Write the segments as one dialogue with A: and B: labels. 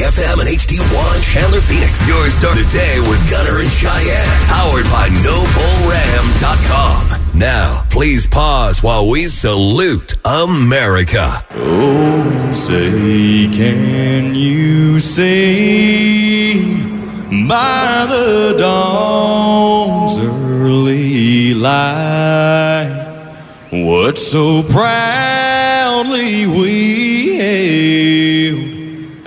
A: FM E and HD1 Chandler Phoenix. Your start the day with Gunner and Cheyenne. Powered by NobleRam.com. Now, please pause while we salute America.
B: Oh, say, can you see by the dawn's early light what so proudly we hailed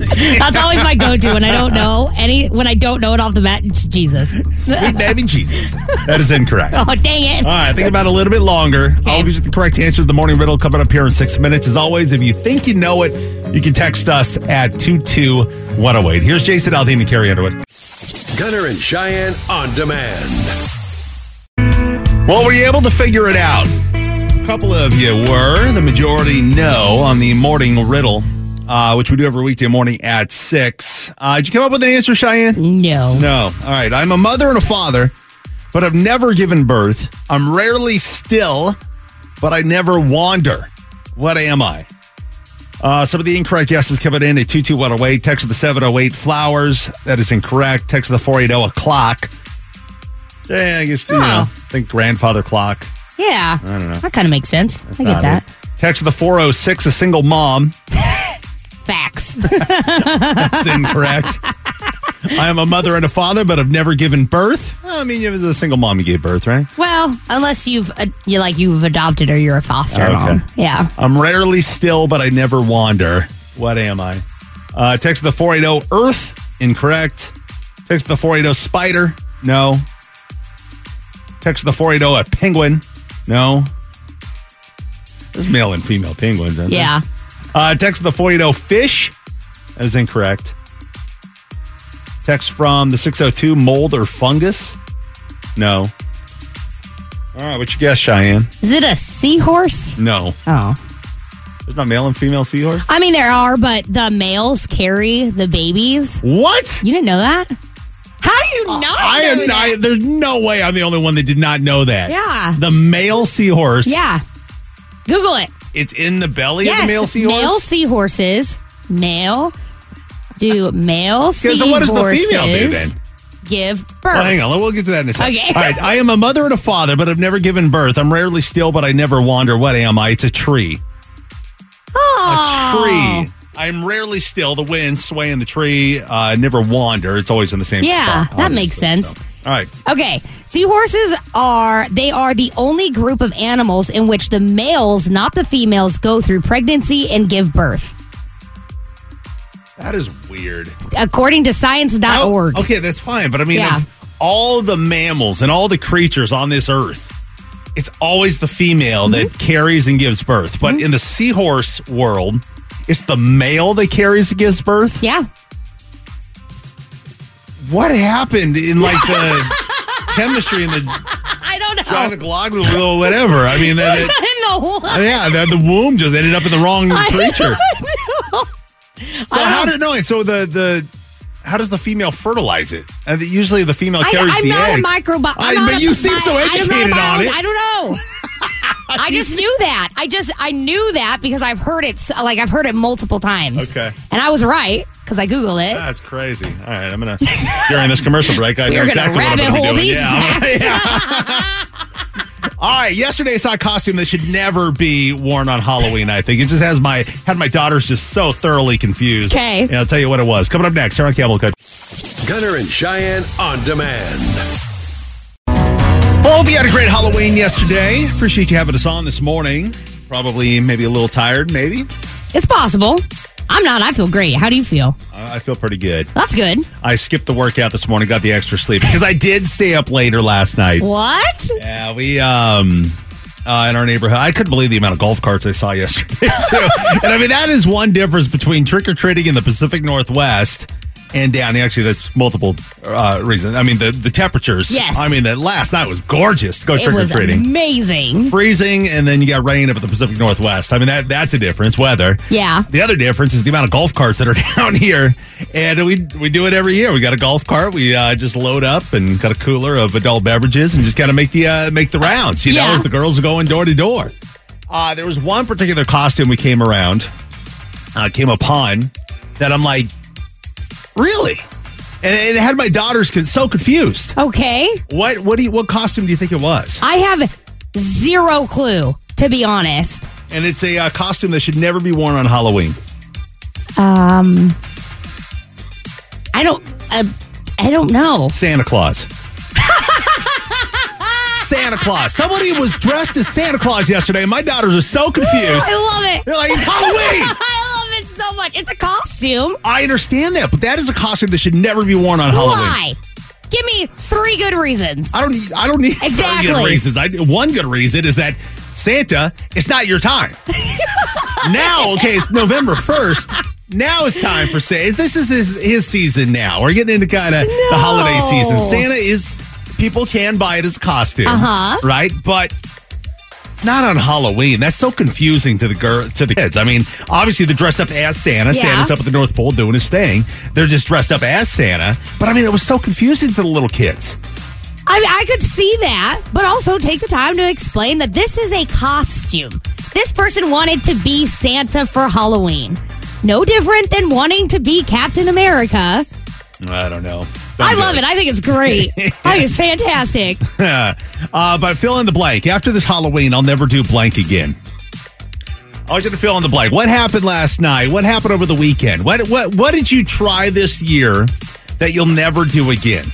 C: That's always my go-to when I don't know any when I don't know it off the bat. It's Jesus.
D: Sweet baby Jesus. That is incorrect.
C: Oh dang
D: All
C: it!
D: right, think about it a little bit longer. I'll give you the correct answer to the morning riddle coming up here in six minutes. As always, if you think you know it, you can text us at 22108. Here's Jason Aldean and Carrie Underwood.
A: Gunner and Cheyenne on demand.
D: Well, were you able to figure it out? A couple of you were. The majority no on the morning riddle. uh, which we do every weekday morning at 6. Uh, did you come up with an answer, Cheyenne?
C: No.
D: No. All right. I'm a mother and a father, but I've never given birth. I'm rarely still, but I never wander. What am I? Uh, some of the incorrect guesses coming in at 22108. Text of the 708 flowers. That is incorrect. Text of the 480 o'clock. Yeah, I guess, you know,
C: Oh.
D: I think grandfather clock.
C: Yeah. I don't know. That kind of makes sense. I get that.
D: Text of the 406, a single mom.
C: Facts.
D: That's incorrect. I am a mother and a father, but I've never given birth. I mean, you was a single mom you gave birth, right?
C: well, unless you've uh, you like you've adopted or you're a foster
D: Okay.
C: mom. Yeah.
D: I'm rarely still, but I never wander. What am I? Uh, text the 480 Earth, incorrect. Text the 480 Spider, no. Text the 480 a penguin, no. There's male and female penguins, isn't there?
C: Yeah.
D: Uh, text the 480 fish that is incorrect. Text from the 602 mold or fungus? No. All right, what you guess, Cheyenne?
C: Is it a seahorse?
D: No.
C: Oh.
D: There's not male and female seahorse?
C: I mean, there are, but the males carry the babies.
D: What?
C: You didn't know that? How do you not?
D: Uh, I
C: know
D: am
C: that?
D: not. There's no way I'm the only one that did not know that.
C: Yeah.
D: The male seahorse.
C: Yeah. Google it.
D: It's in the belly
C: yes.
D: of the male seahorse?
C: Male seahorses. Male. Do male
D: Okay,
C: seahorses
D: so what does the female do then?
C: give birth?
D: Well, hang on. We'll get to that in a second.
C: Okay.
D: All right. I am a mother and a father, but I've never given birth. I'm rarely still, but I never wander. What am I? It's a tree.
C: Oh.
D: Tree. I'm rarely still. The wind swaying the tree. Uh, never wander. It's always in the same
C: Yeah,
D: spot.
C: that makes
D: obviously,
C: sense.
D: so. All right.
C: Okay, seahorses are they are the only group of animals in which the males, not the females, go through pregnancy and give birth.
D: That is weird.
C: According to
D: How-
C: science.org.
D: Oh, Okay, that's fine. But I mean,
C: Yeah.
D: of all the mammals and all the creatures on this earth, it's always the female that
C: Mm-hmm.
D: carries and gives birth. But in the seahorse world, it's the male that carries and gives birth.
C: Yeah.
D: What happened in like the chemistry and the
C: I don't know.
D: gynecological or whatever? I mean, that, that-
C: in the world.
D: yeah, that the womb just ended up in the wrong
C: I
D: creature. So
C: I
D: how
C: don't-
D: did no? So the the how does the female fertilize it? And usually the female
C: I,
D: carries
C: I'm
D: the
C: not
D: eggs.
C: a microbiologist.
D: I- but you seem so educated on it.
C: I don't know. I just knew that. I just I knew that because I've heard it so- like I've heard it multiple times.
D: Okay.
C: And I was right because I googled it.
D: That's crazy. All right, I'm gonna during this commercial break. I know
C: You're gonna
D: exactly what I'm
C: rabbit
D: gonna be
C: hole
D: doing.
C: these
D: yeah, I'm- yeah. All right, yesterday I saw a costume that should never be worn on Halloween. I think it just has my had my daughters just so thoroughly confused.
C: 'Kay.
D: and I'll tell you what it was. Coming up next here on Campbell Cut.
A: Gunner and Cheyenne on demand.
D: Hope you had a great Halloween yesterday. Appreciate you having us on this morning. Probably maybe a little tired. Maybe
C: It's possible. I'm not. I feel great. How do you feel?
D: Uh, I I feel pretty good.
C: That's good.
D: I skipped the workout this morning. Got the extra sleep because I did stay up later last night.
C: What?
D: Yeah, we um uh, in our neighborhood. I couldn't believe the amount of golf carts I saw yesterday. Too. and I mean that is one difference between trick or treating in the Pacific Northwest and down. Actually, that's multiple uh, reasons. I mean the the temperatures.
C: Yes.
D: I mean that last night was gorgeous. To go
C: It
D: trick or
C: was
D: treating.
C: amazing.
D: Freezing, and then you got rain up at the Pacific Northwest. I mean that that's a difference. Weather.
C: Yeah.
D: The other difference is the amount of golf carts that are down here, and we we do it every year. We got a golf cart, we uh, just load up and got a cooler of adult beverages, and just got to make the uh, make the rounds. You know,
C: Yeah.
D: as the girls are going door to door. Uh, there was one particular costume we came around, uh, came upon that I'm like, really, and it had my daughters con- so confused.
C: Okay.
D: What what do you, what costume do you think it was?
C: I have zero clue to be honest.
D: And it's a uh, costume that should never be worn on Halloween.
C: Um, I don't. Uh, I don't know.
D: Santa Claus. Santa Claus. Somebody was dressed as Santa Claus yesterday. and My daughters are so confused.
C: I love it.
D: They're like, it's Halloween.
C: I love it so much. It's a costume.
D: I understand that, but that is a costume that should never be worn on Halloween.
C: Why? Give me three good reasons.
D: I don't. I don't need very good
C: Exactly.
D: reasons. I, one good reason is that Santa, it's not your time. now, okay, it's November first. Now it's time for Santa. This is his his season. Now we're getting into kind of the holiday season.
C: No.
D: Santa is people can buy it as a costume,
C: Uh-huh.
D: right? But Not on Halloween. That's so confusing to the girl to the kids. I mean, obviously they're dressed up as Santa.
C: Yeah.
D: Santa's up at the North Pole doing his thing. They're just dressed up as Santa. But I mean, it was so confusing to the little kids.
C: I mean, I could see that, but also take the time to explain that this is a costume. This person wanted to be Santa for Halloween. No different than wanting to be Captain America.
D: I don't know. Don't
C: I
D: get
C: love it. I think it's great. I think it's fantastic.
D: uh, but fill in the blank. After this Halloween, I'll never do blank again. I want you to fill in the blank. What happened last night? What happened over the weekend? What what what did you try this year that you'll never do again?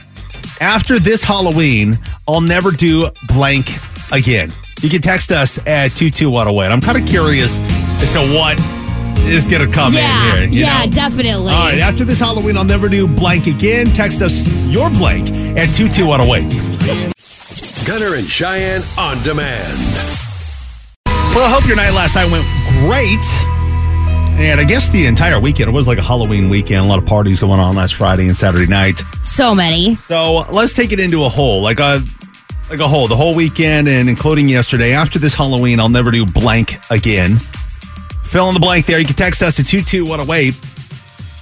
D: After this Halloween, I'll never do blank again. You can text us at two two one away. I'm kind of curious as to what is going to come in
C: yeah.
D: here. you
C: yeah,
D: know?
C: definitely.
D: All right, after this Halloween, I'll never do blank again. Text us your blank at 22108.
E: Gunner and Cheyenne on demand.
D: Well, I hope your night last night went great. And I guess the entire weekend, it was like a Halloween weekend, a lot of parties going on last Friday and Saturday night.
C: So many.
D: So let's take it into a whole, like a like a whole, the whole weekend and including yesterday. After this Halloween, I'll never do blank again. Fill in the blank there. You can text us at 22108.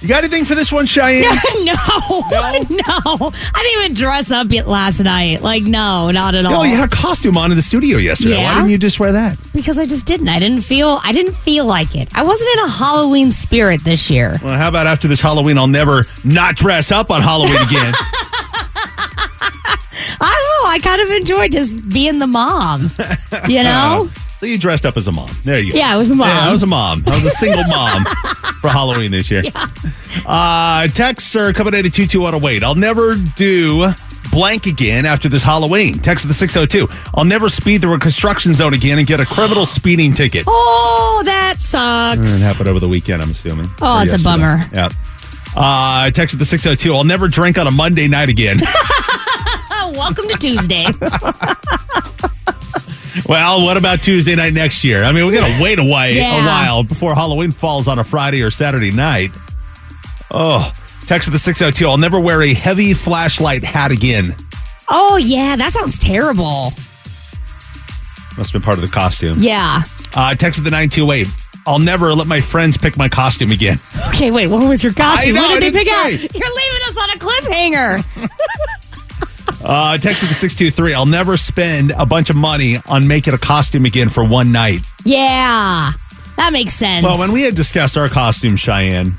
D: You got anything for this one, Cheyenne?
C: no, no, I didn't even dress up yet last night. Like, no, not at all.
D: Oh, you had a costume on in the studio yesterday. Why
C: Yeah.
D: didn't you just wear that?
C: Because I just didn't. I didn't feel. I didn't feel like it. I wasn't in a Halloween spirit this year.
D: Well, how about after this Halloween, I'll never not dress up on Halloween again.
C: I don't know. I kind of enjoyed just being the mom. You know?
D: so you dressed up as a mom. There you go.
C: Yeah, I was a mom.
D: Yeah, I was a mom. I was a single mom for Halloween this year. Uh, texts are coming in at 22108. I'll never do blank again after this Halloween. Text to the 602. I'll never speed through a construction zone again and get a criminal speeding ticket.
C: oh, that sucks.
D: It happened over the weekend, I'm assuming.
C: Oh,
D: Or
C: it's a
D: yesterday.
C: bummer.
D: Yep. Uh, text to the 602. I'll never drink on a Monday night again.
C: Oh, welcome to Tuesday.
D: Well, what about Tuesday night next year? I mean, we gotta wait a while, a
C: Yeah.
D: while before Halloween falls on a Friday or Saturday night. Oh, text to the six zero two. I'll never wear a heavy flashlight hat again.
C: oh yeah, that sounds terrible.
D: Must have been part of the costume.
C: Yeah.
D: Uh, text to the nine two eight. I'll never let my friends pick my costume again.
C: Okay, wait. What was your
D: I
C: costume?
D: know,
C: what
D: I
C: did they pick
D: didn't
C: out?
D: say.
C: You're leaving us on a cliffhanger.
D: Uh, text to the six two three. I'll never spend a bunch of money on making a costume again for one night.
C: yeah, that makes sense.
D: Well, when we had discussed our costume, Cheyenne,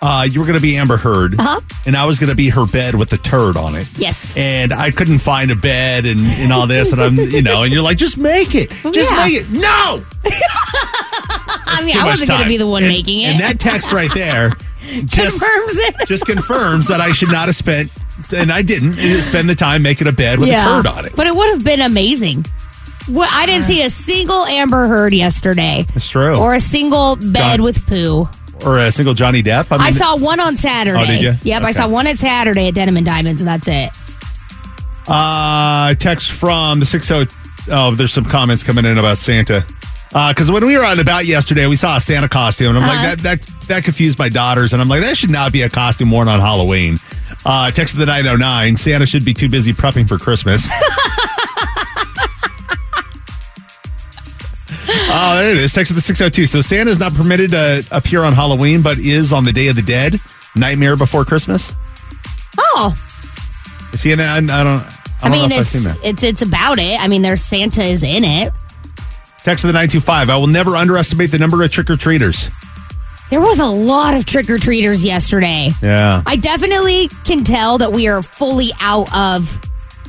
D: uh, you were going to be Amber Heard,
C: Uh-huh.
D: and I was going to be her bed with the turd on it.
C: Yes.
D: And I couldn't find a bed and, and all this, and I'm, you know, and you're like, just make it. Just
C: Yeah.
D: make it. No!
C: I mean,
D: Too
C: I
D: much
C: wasn't going
D: time.
C: to be the one
D: And-
C: making it.
D: And that text right there just,
C: confirms it.
D: just confirms that I should not have spent, and I didn't, spend the time making a bed with a turd on it.
C: But it would have been amazing. Well, I didn't see a single Amber Heard yesterday.
D: That's true.
C: Or a single bed
D: Oh. John-
C: with poo.
D: Or a single Johnny Depp. mean,
C: I saw one on Saturday.
D: Oh, did you?
C: Yep, I
D: Okay.
C: saw one on Saturday at Denim and Diamonds, and that's it.
D: Uh, text from the 60. Oh, there's some comments coming in about Santa. Because when we were on about yesterday, we saw a Santa costume, and I'm
C: Uh-huh.
D: like, that that that confused my daughters, and I'm like, that should not be a costume worn on Halloween. Uh, text to the 909. Santa should be too busy prepping for Christmas. Oh, there it is. Text to the 602. So Santa's not permitted to appear on Halloween, but is on the Day of the Dead, Nightmare Before Christmas.
C: Oh,
D: Is he in that? I don't, I don't
C: I,
D: know if
C: mean,
D: I've
C: it's
D: seen that.
C: it's it's about it. I mean, there's Santa is in it.
D: Text to the 925. I will never underestimate the number of trick or treaters.
C: There was a lot of trick or treaters yesterday.
D: Yeah.
C: I definitely can tell that we are fully out of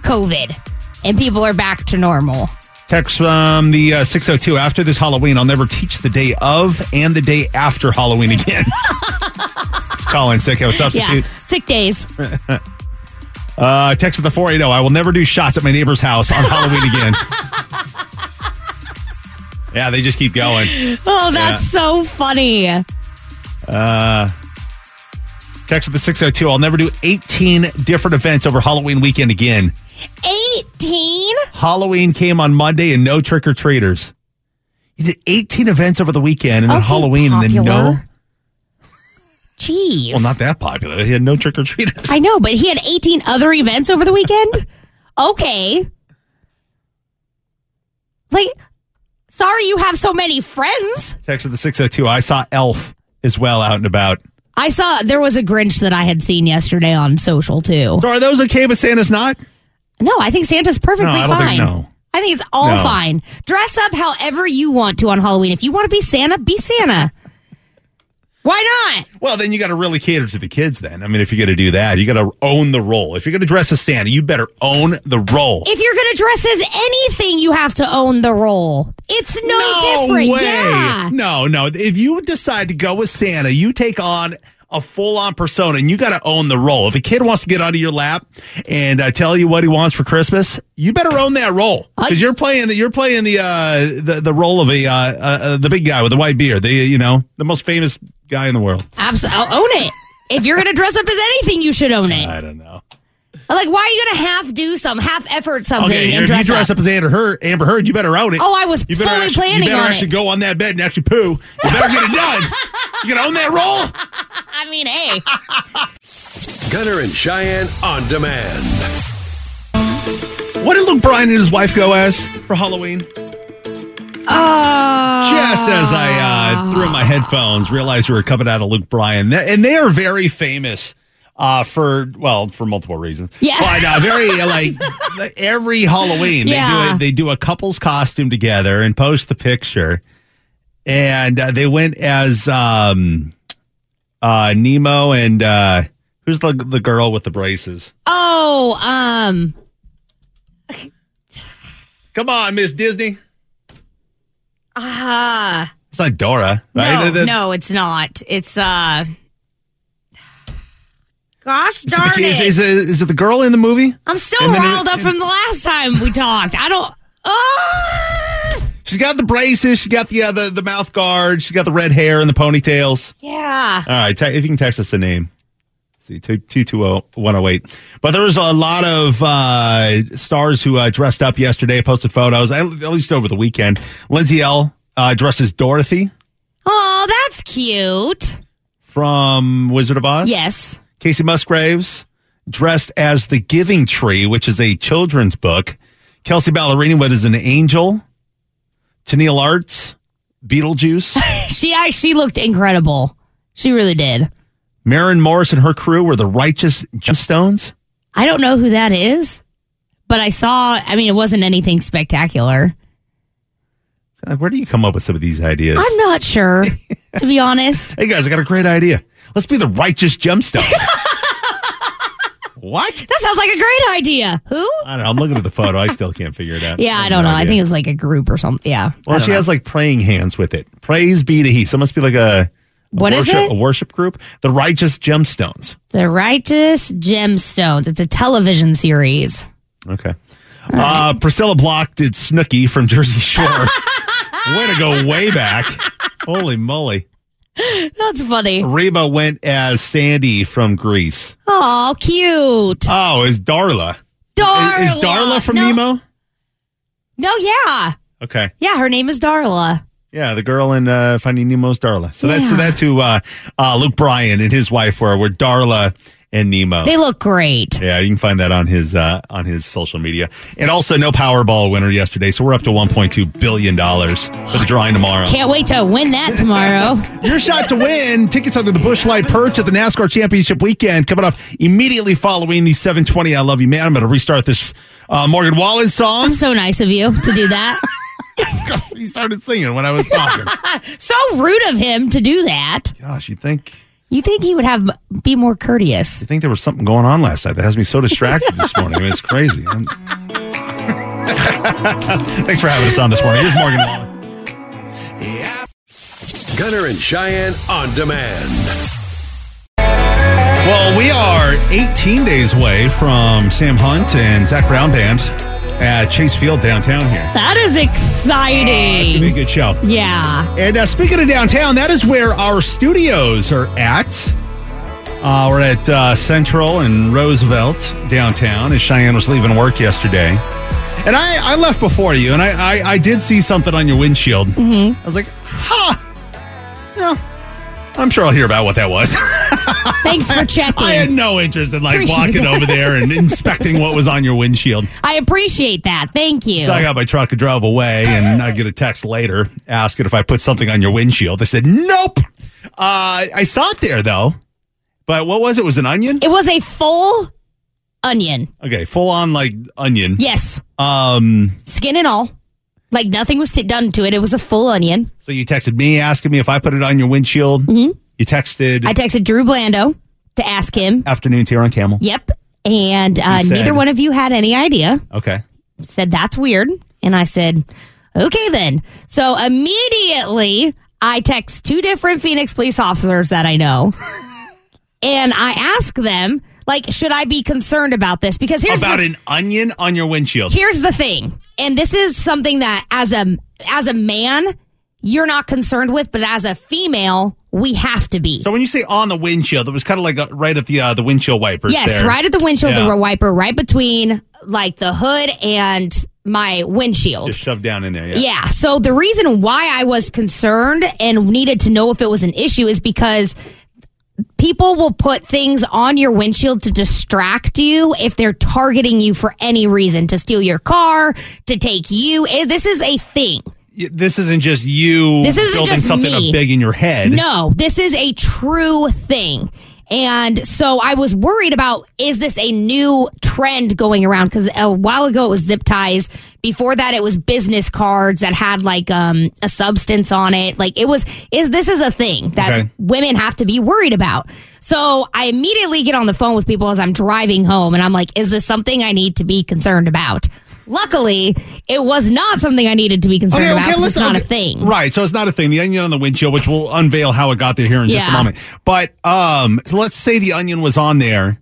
C: COVID, and people are back to normal.
D: Text from the uh, 602. After this Halloween, I'll never teach the day of and the day after Halloween again. Call in sick. I was
C: Yeah,
D: substitute.
C: sick days.
D: Uh, text to the 480. I will never do shots at my neighbor's house on Halloween again. yeah, they just keep going.
C: Oh, that's so funny.
D: Text to the 602. I'll never do 18 different events over Halloween weekend again.
C: 18?
D: Halloween came on Monday and no trick or treaters. You did 18 events over the weekend and then
C: Okay,
D: Halloween and then no.
C: popular. Jeez.
D: Well, not that popular. He had no trick or treaters.
C: I know, but he had 18 other events over the weekend? okay. Like, Sorry you have so many friends.
D: Text with the 602. I saw Elf as well out and about.
C: I saw there was a Grinch that I had seen yesterday on social too.
D: So are those okay, but Santa's not?
C: No, I think Santa's perfectly
D: No, I don't think-
C: fine.
D: no.
C: I think it's all
D: No.
C: fine. Dress up however you want to on Halloween. If you want to be Santa, be Santa. Why not?
D: Well, then you got to really cater to the kids. Then I mean, if you're going to do that, you got to own the role. If you're going to dress as Santa, you better own the role.
C: If you're going to dress as anything, you have to own the role. It's no, Oh, different.
D: way.
C: Yeah.
D: No, no. If you decide to go with Santa, you take on a full-on persona, and you got to own the role. If a kid wants to get onto your lap and uh, tell you what he wants for Christmas, you better own that role because you're playing the you're playing the uh, the the role of a uh, uh, uh, the big guy with the white beard, the you know the most famous guy in the world.
C: Abs- I'll own it. If you're going to dress up as anything, you should own it.
D: I don't know.
C: Like, why are you going to half do some, half effort something
D: Okay,
C: and
D: if
C: dress,
D: you dress up, as Amber Heard, Amber Heard, you better own it.
C: Oh, I was
D: you better
C: fully
D: actually,
C: planning
D: You better
C: on
D: actually
C: it.
D: go on that bed and actually poo. You better get it done. You gonna own that role?
C: I mean, hey.
E: Gunner and Cheyenne on demand.
D: What did Luke Bryan and his wife go as for Halloween?
C: Uh,
D: Just as I uh, threw in my headphones, realized we were coming out of Luke Bryan, They- and they are very famous uh, for well for multiple reasons.
C: Yeah.
D: but uh, very like like, every Halloween they do
C: Yeah.
D: a, they do a couple's costume together and post the picture, and uh, they went as um, uh, Nemo and uh, who's the the girl with the braces?
C: Oh, um,
D: Come on, Miss Disney.
C: ah.
D: It's not Dora, right?
C: No,
D: The- the-
C: no, it's not. It's uh Gosh
D: Is it,
C: darn
D: the,
C: it.
D: is, is it- is it the girl in the movie?
C: I'm so
D: and then it-
C: riled up from the last time we talked. I don't oh,
D: She's got the braces. She's got the, uh, the the mouth guard. She's got the red hair and the ponytails.
C: Yeah.
D: All right, te- if you can text us the name. Let's See two two two zero one zero eight. But there was a lot of uh, stars who uh, dressed up yesterday, posted photos at at least over the weekend. Lindsay L uh, dressed as Dorothy
C: Oh, that's cute.
D: from Wizard of Oz.
C: Yes.
D: Casey Musgraves dressed as the Giving Tree, which is a children's book. Kelsey Ballerini was as an angel. Tennille Arts, Beetlejuice.
C: She I, she looked incredible. She really did.
D: Marin Morris and her crew were the Righteous Gemstones.
C: I don't know who that is, but I saw I mean it wasn't anything spectacular.
D: Uh, Where do you come up with some of these ideas?
C: I'm not sure, to be honest.
D: hey guys, I got a great idea. Let's be the Righteous Gemstones. what?
C: That sounds like a great idea. Who?
D: I don't know. I'm looking at the photo. I still can't figure it out.
C: Yeah, I
D: have
C: don't
D: no
C: know. I
D: idea.
C: think it's like a group or something. Yeah.
D: Well,
C: I don't
D: she
C: know.
D: has like praying hands with it. Praise be to He. So it must be like a, a
C: What is
D: worship,
C: it?
D: A worship group, the Righteous Gemstones.
C: The Righteous Gemstones. It's a television series.
D: Okay. Uh, Priscilla Block did Snooky from Jersey Shore. Way to go, way back! Holy moly!
C: That's funny.
D: Reba went as Sandy from Greece.
C: Oh, cute.
D: Oh, is Darla?
C: Darla.
D: Uh, Is, is Darla from
C: no,
D: Nemo?
C: No, yeah.
D: Okay.
C: Yeah, her name is Darla.
D: Yeah, the girl in uh, Finding Nemo's Darla. So that's
C: Yeah.
D: that's who uh, uh, Luke Bryan and his wife were. Were Darla and Nemo.
C: They look great.
D: Yeah, you can find that on his uh, on his social media. And also, no Powerball winner yesterday, so we're up to 1.2 billion dollars for the drawing tomorrow.
C: Can't wait to win that tomorrow.
D: Your shot to win tickets under the Bushlight Perch at the NASCAR Championship weekend coming up immediately following the 720. I love you, man. I'm going to restart this uh, Morgan Wallen song.
C: so nice of you to do that.
D: he started singing when I was talking.
C: so rude of him to do that.
D: Gosh, you think
C: You think he would have be more courteous?
D: you think there was something going on last night that has me so distracted this morning? I mean, it's crazy. I'm- Thanks for having us on this morning. Here's Morgan Wallen.
E: Gunner and Cheyenne on demand.
D: Well, we are 18 days away from Sam Hunt and Zach Brown Band at Chase Field downtown here.
C: That is
D: It's going to
C: exciting.
D: be a good show.
C: yeah.
D: And uh, speaking of downtown, that is where our studios are at. Uh, we're at uh, Central and Roosevelt downtown as Cheyenne was leaving work yesterday. And I, I left before you, and I, I, I did see something on your windshield. Mm-hmm. I was like, huh. Yeah. I'm sure I'll hear about what that was.
C: Thanks for checking.
D: I had no interest in like
C: Appreciate
D: walking
C: that.
D: over there and inspecting what was on your windshield.
C: I appreciate that. Thank you.
D: So I got my truck and drove away, and I get a text later asking if I put something on your windshield. I said, nope. Uh, I saw it there, though. But what was it? Was it an onion?
C: it was a full onion.
D: Okay, full on like onion.
C: Yes,
D: Um,
C: skin and all. Like nothing was t- done to it. It was a full onion.
D: so you texted me asking me if I put it on your windshield. Mm-hmm. You texted
C: I texted Drew Blando to ask him.
D: afternoons here on Camel.
C: Yep. And uh,
D: He said-
C: neither one of you had any idea.
D: Okay.
C: said, That's weird. And I said, Okay, then. So immediately I text two different Phoenix police officers that I know. and I ask them, like, should I be concerned about this? Because here's
D: About
C: the,
D: an onion on your windshield.
C: here's the thing. And this is something that as a as a man, you're not concerned with, but as a female, we have to be.
D: So when you say on the windshield, it was kind of like uh, right at the uh, the windshield wipers.
C: Yes,
D: there.
C: right at the windshield,
D: Yeah.
C: the wiper, right between like the hood and my windshield.
D: Just shoved down in there. Yeah.
C: Yeah. So the reason why I was concerned and needed to know if it was an issue is because people will put things on your windshield to distract you if they're targeting you for any reason to steal your car, to take you. Eh, This is a thing.
D: Y- This isn't just you
C: This isn't
D: building
C: just
D: something
C: me.
D: up big in your head.
C: No, this is a true thing. And so I was worried about is this a new trend going around? Because a while ago it was zip ties. Before that, it was business cards that had like um, a substance on it. Like it was is this is a thing that
D: Okay.
C: women have to be worried about. So I immediately get on the phone with people as I'm driving home, and I'm like, is this something I need to be concerned about? Luckily, it was not something I needed to be concerned about. 'cause it's
D: listen,
C: not a
D: okay.
C: thing.
D: Right, so it's not a thing. The onion on the windshield, which we'll unveil how it got there here in just a
C: Yeah.
D: moment. But um, so let's say the onion was on there.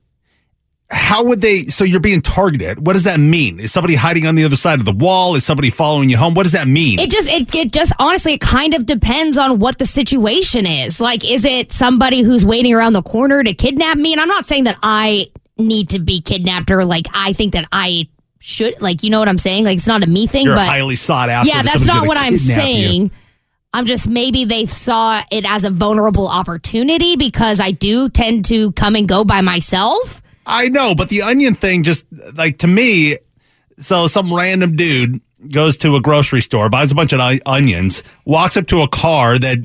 D: How would they? So you're being targeted. What does that mean? Is somebody hiding on the other side of the wall? Is somebody following you home? What does that mean?
C: It just it, it just honestly it kind of depends on what the situation is. Like is it somebody who's waiting around the corner to kidnap me? And I'm not saying that I need to be kidnapped or like I think that I should like you know what I'm saying? Like it's not a me thing,
D: you're
C: but
D: highly sought after.
C: yeah,
D: if
C: that's
D: somebody's
C: not
D: gonna
C: what I'm
D: kidnap you.
C: saying. I'm just maybe they saw it as a vulnerable opportunity because I do tend to come and go by myself.
D: I know, but the onion thing just like to me. So some random dude goes to a grocery store, buys a bunch of on- onions, walks up to a car that,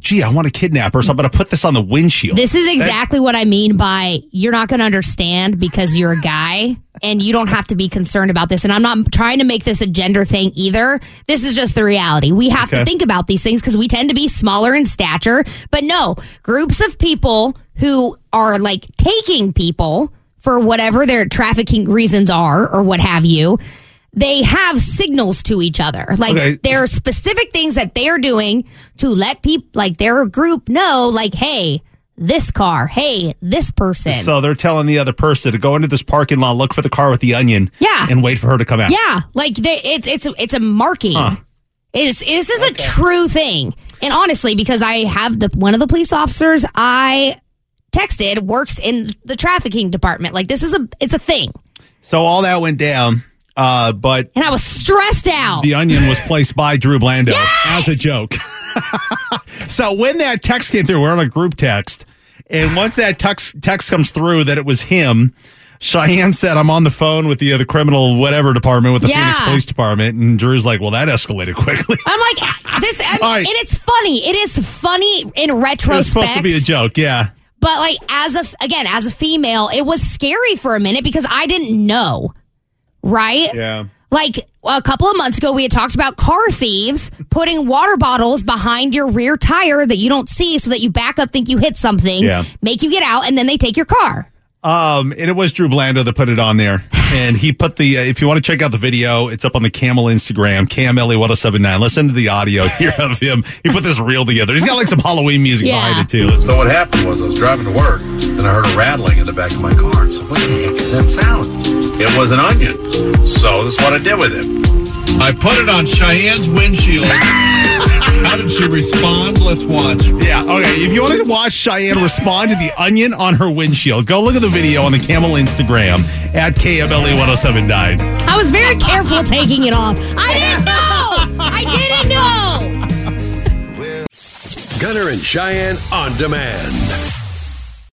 D: gee, I want to kidnap her, so I'm going to put this on the windshield.
C: This is exactly what I mean by you're not going to understand because you're a guy and you don't have to be concerned about this. And I'm not trying to make this a gender thing either. This is just the reality. We have
D: Okay.
C: to think about these things because we tend to be smaller in stature. But no, groups of people who are like taking people for whatever their trafficking reasons are or what have you. They have signals to each other. Like
D: Okay.
C: there are specific things that they're doing to let people, like their group, know, like, hey, this car, hey, this person.
D: so they're telling the other person to go into this parking lot, look for the car with the onion,
C: Yeah.
D: and wait for her to come out.
C: yeah, like they, it's it's it's a marking. It's, this is a true thing, and honestly, because I have the one of the police officers I texted works in the trafficking department. Like this is a it's a thing,
D: So all that went down, uh, but
C: and I was stressed out.
D: the onion was placed by Drew Blando as a joke. so when that text came through, we're on a group text, and once that text text comes through that it was him, Cheyenne said, "I'm on the phone with the uh, the criminal whatever department with the Phoenix
C: Yeah.
D: Police Department," and Drew's like, "Well, that escalated quickly."
C: I'm like this, I mean,
D: All right.
C: and it's funny. It is funny in
D: it
C: retrospect.
D: was supposed to be a joke, yeah.
C: But like as a f- again as a female, it was scary for a minute because I didn't know, right?
D: Yeah.
C: Like a couple of months ago, we had talked about car thieves putting water bottles behind your rear tire that you don't see, so that you back up, think you hit something,
D: Yeah.
C: make you get out, and then they take your car.
D: Um, and it was Drew Blando that put it on there. And he put the, uh, if you want to check out the video, it's up on the Camel Instagram, Cam Ellie 1079. Listen to the audio here of him. He put this reel together. He's got like some Halloween music
C: Yeah.
D: behind it too.
F: So what happened was I was driving to work and I heard a rattling in the back of my car. So what the heck is that sound? It was an onion. So this is what I did with it. I put it on Cheyenne's windshield. How did she respond? Let's watch.
D: Yeah. Okay. If you want to watch Cheyenne respond to the onion on her windshield, go look at the video on the Camel Instagram at KMLE 1079.
C: I was very careful taking it off. I didn't know. I didn't know.
E: Gunner and Cheyenne on demand.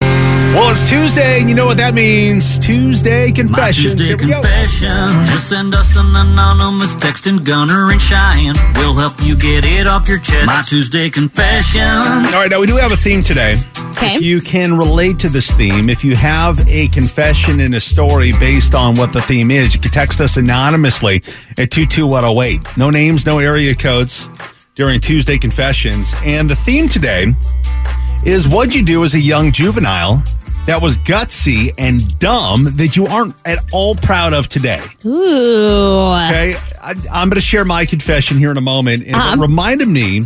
D: Well, it's Tuesday, and you know what that means. Tuesday
G: My
D: confessions.
G: Tuesday
D: Here we go.
G: confession. Just send us an anonymous text and Gunner and Cheyenne. We'll help you get it off your chest. My Tuesday confession.
D: All right, now we do have a theme today.
C: Okay.
D: If you can relate to this theme, if you have a confession and a story based on what the theme is, you can text us anonymously at 22108. No names, no area codes during Tuesday confessions. And the theme today is what'd you do as a young juvenile that was gutsy and dumb that you aren't at all proud of today?
C: Ooh.
D: Okay, I, I'm going to share my confession here in a moment, and
C: Uh-huh.
D: it reminded me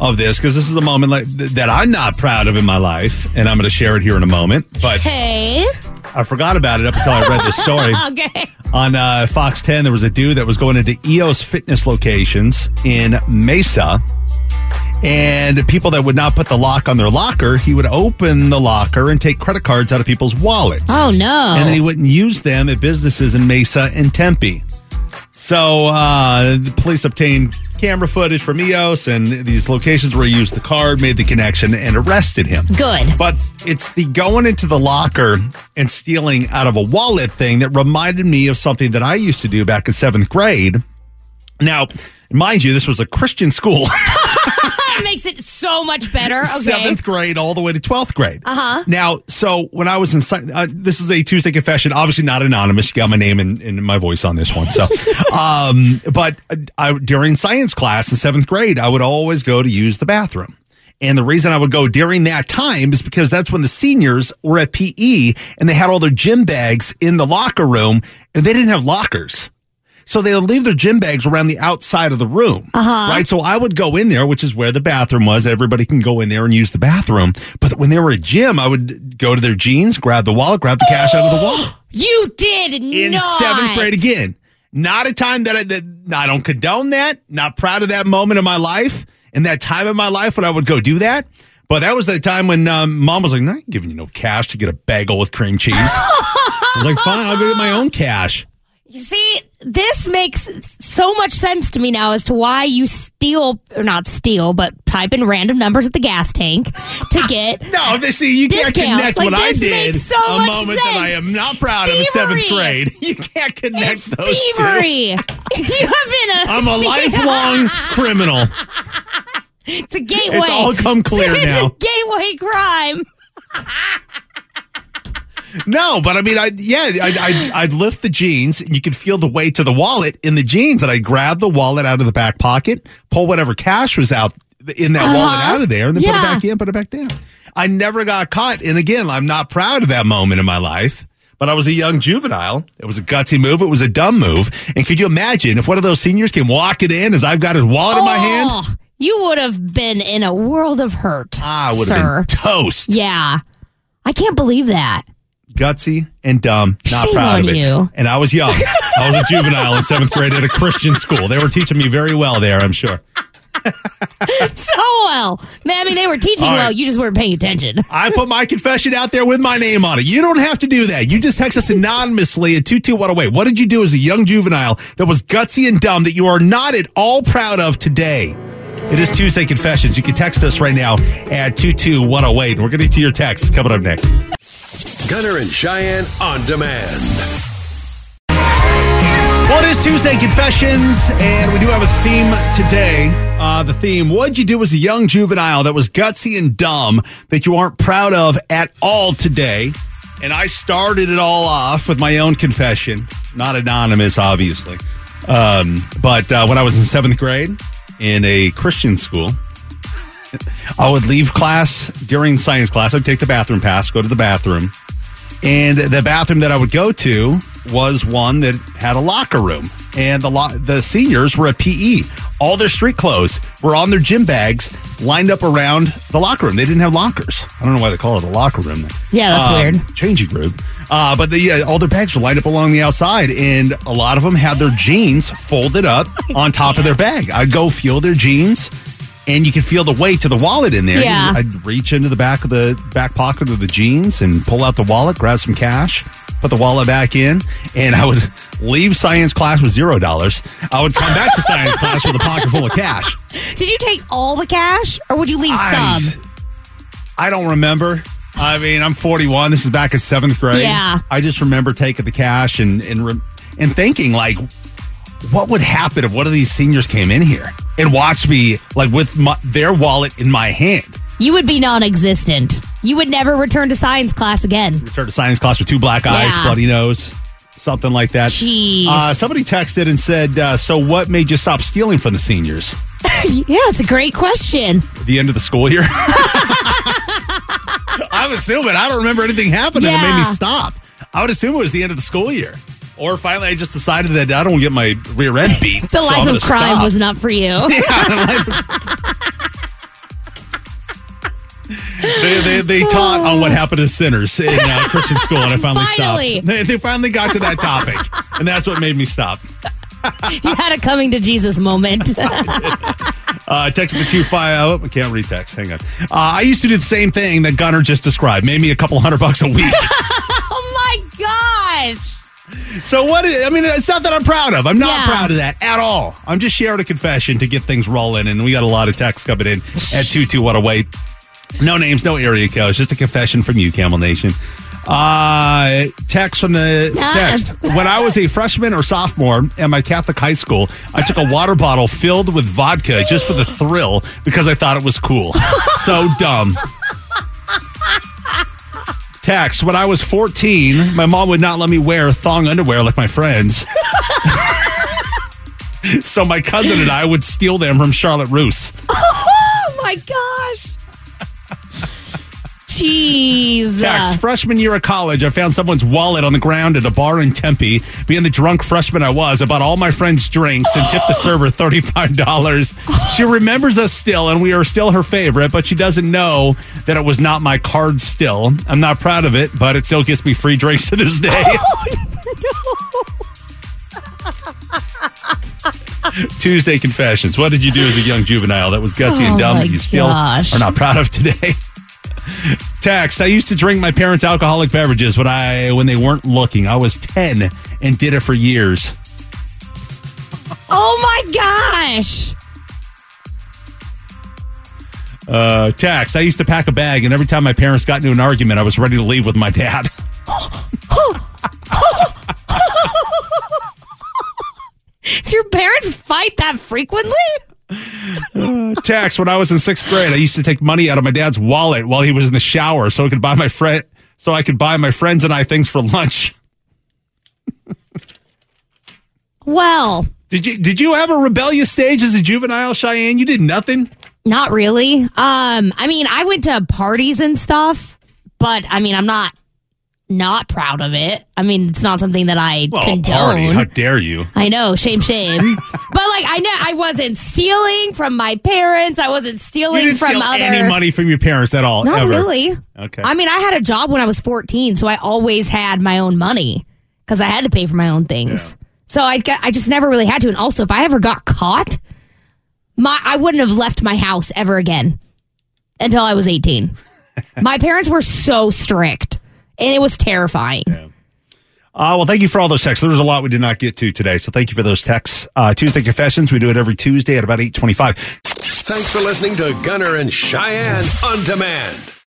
D: of this because this is a moment like, th- that I'm not proud of in my life, and I'm going to share it here in a moment. But
C: Okay.
D: I forgot about it up until I read this story
C: Okay.
D: on uh, Fox 10. There was a dude that was going into EOS fitness locations in Mesa. And people that would not put the lock on their locker, he would open the locker and take credit cards out of people's wallets
C: Oh no.
D: and then he wouldn't use them at businesses in Mesa and Tempe. So uh, the police obtained camera footage from EOS and these locations where he used the card, made the connection, and arrested him.
C: Good.
D: But it's the going into the locker and stealing out of a wallet thing that reminded me of something that I used to do back in seventh grade. Now, mind you, this was a Christian school.
C: That makes it so much better. Okay.
D: seventh grade all the way to 12th grade. Uh huh. Now, so when I was in, sci- uh, this is a Tuesday confession, obviously not anonymous. You got my name and, and my voice on this one. So, um, but I, during science class in seventh grade, I would always go to use the bathroom. And the reason I would go during that time is because that's when the seniors were at PE and they had all their gym bags in the locker room and they didn't have lockers. So they would leave their gym bags around the outside of the room. Uh-huh. Right. So I would go in there, which is where the bathroom was. Everybody can go in there and use the bathroom. But when they were at gym, I would go to their jeans, grab the wallet, grab the cash out of the wallet
C: You did
D: in
C: not.
D: seventh grade again. Not a time that I, that I don't condone that. Not proud of that moment in my life and that time in my life when I would go do that. But that was the time when um, mom was like, "Not giving you no cash to get a bagel with cream cheese." I was like, "Fine, I'll go get my own cash."
C: See, this makes so much sense to me now as to why you steal or not steal, but type in random numbers at the gas tank to get
D: No, this, see, you can't
C: Discounts.
D: connect
C: Like,
D: what I
C: this
D: did.
C: makes so
D: a
C: much
D: moment
C: sense.
D: that I am not proud of in seventh
C: Thievery.
D: grade. You can't connect
C: It's
D: those two.
C: thievery. you have been a
D: I'm a lifelong criminal.
C: it's a gateway.
D: It's all come clear
C: it's
D: now.
C: a gateway crime.
D: No, but I mean, I yeah, I'd, I'd, I'd lift the jeans. and You could feel the weight to the wallet in the jeans, and I'd grab the wallet out of the back pocket, pull whatever cash was out in that wallet out of there, and then put it
C: Uh-huh. Yeah.
D: back in, put it back down. I never got caught, and again, I'm not proud of that moment in my life. But I was a young juvenile. It was a gutsy move. It was a dumb move. And could you imagine if one of those seniors came walking in as I've got his wallet in my hand?
C: Oh, You would have been in a world of hurt.
D: I would
C: sir.
D: have been toast.
C: Yeah. I can't believe that.
D: gutsy and dumb, not
C: Shame
D: proud
C: on
D: of it.
C: you.
D: And I was young. I was a juvenile in seventh grade at a Christian school. They were teaching me very well there, I'm sure.
C: So well. Man, I mean, they were teaching
D: All
C: you well.
D: right.
C: You just weren't paying attention.
D: I put my confession out there with my name on it. You don't have to do that. You just text us anonymously at 22108. What did you do as a young juvenile that was gutsy and dumb that you are not at all proud of today? It is Tuesday Confessions. You can text us right now at 22108. We're getting to your text coming up next.
E: Gunner and Cheyenne on demand.
D: What is Tuesday Confessions? And we do have a theme today. Uh, the theme, what'd you do as a young juvenile that was gutsy and dumb that you aren't proud of at all today? And I started it all off with my own confession, not anonymous, obviously. Um, but uh, when I was in seventh grade in a Christian school, I would leave class during science class. I'd take the bathroom pass, go to the bathroom. And the bathroom that I would go to was one that had a locker room. And the lo- the seniors were a PE. All their street clothes were on their gym bags lined up around the locker room. They didn't have lockers. I don't know why they call it a locker room.
C: Yeah, that's
D: Um,
C: weird.
D: Changing room. Uh, but the, uh, all their bags were lined up along the outside, and a lot of them had their jeans folded up on top of their bag. I'd go feel their jeans, and you could feel the weight to the wallet in there.
C: Yeah.
D: I'd reach into the back of the back pocket of the jeans and pull out the wallet, grab some cash, put the wallet back in, and I would leave science class with zero dollars. I would come back to science class with a pocket full of cash.
C: Did you take all the cash or would you leave
D: I,
C: some?
D: I don't remember. I mean, I'm 41. This is back in seventh grade.
C: Yeah.
D: I just remember taking the cash and and re- and thinking like, what would happen if one of these seniors came in here and watched me like with my, their wallet in my hand?
C: You would be non existent. You would never return to science class again.
D: Returned to science class with two black eyes,
C: Yeah.
D: bloody nose, something like that.
C: Jeez.
D: Uh, somebody texted and said, uh, "So what made you stop stealing from the seniors?"
C: yeah, it's a great question.
D: the end of the school year? I'm assuming. I don't remember anything happening that made me
C: Yeah.
D: stop. I would assume it was the end of the school year. Or finally, I just decided that I don't get my rear end beat.
C: The
D: so I'm
C: life
D: gonna
C: of crime
D: stop.
C: was not for you.
D: Yeah, the life of- They, they, they taught on what happened to sinners in uh, Christian school, and I finally,
C: Finally.
D: stopped. They, they finally got to that topic, and that's what made me stop.
C: you had a coming to Jesus moment.
D: Uh, text the two five. Oh, I can't read text. Hang on. Uh, I used to do the same thing that Gunner just described. Made me a couple hundred bucks a week.
C: oh my gosh.
D: so what? Is, I mean, it's not that I'm proud of. I'm not
C: Yeah.
D: proud of that at all. I'm just sharing a confession to get things rolling, and we got a lot of texts coming in at two two one oh away. No names, no area codes. Just a confession from you, Camel Nation. Uh, text from the
C: Nah.
D: text. When I was a freshman or sophomore at my Catholic high school, I took a water bottle filled with vodka just for the thrill because I thought it was cool. So dumb. Text. When I was 14, my mom would not let me wear thong underwear like my friends. so my cousin and I would steal them from Charlotte Roos.
C: Oh my gosh. Jeez.
D: Text freshman year of college, I found someone's wallet on the ground at a bar in Tempe. Being the drunk freshman I was, I bought all my friends drinks and tipped the server $35. She remembers us still, and we are still her favorite, but she doesn't know that it was not my card still. I'm not proud of it, but it still gets me free drinks to this day.
C: Oh,
D: Tuesday confessions. What did you do as a young juvenile that was gutsy and
C: Oh
D: dumb
C: my
D: that you still
C: gosh.
D: are not proud of today? Text. I used to drink my parents' alcoholic beverages when I when they weren't looking. I was 10 and did it for years.
C: Oh my gosh.
D: Uh, text. I used to pack a bag and every time my parents got into an argument, I was ready to leave with my dad.
C: Did your parents fight that frequently?
D: Text. When I was in 6th grade, I used to take money out of my dad's wallet while he was in the shower so I could buy my friend so I could buy my friends and I things for lunch.
C: Well,
D: Did you did you have a rebellious stage as a juvenile, Cheyenne? You did nothing?
C: not really. Um, I mean, I went to parties and stuff, but I mean, I'm not not proud of it. I mean, it's not something that I
D: Well, a
C: condone.
D: party. How dare you?
C: I know, shame, shame. but like, I know I wasn't stealing from my parents. I wasn't stealing
D: You didn't
C: from
D: steal
C: other.
D: any money from your parents at all.
C: Not
D: ever.
C: really.
D: Okay.
C: I mean, I had a job when I was 14, so I always had my own money because I had to pay for my own things. So I got, I just never really had to. And also, if I ever got caught, my I wouldn't have left my house ever again until I was 18. my parents were so strict, and it was terrifying.
D: Uh, well, thank you for all those texts. There was a lot we did not get to today, so thank you for those texts. Uh, Tuesday Confessions, we do it every Tuesday at about 825.
E: Thanks for listening to Gunner and Cheyenne on demand.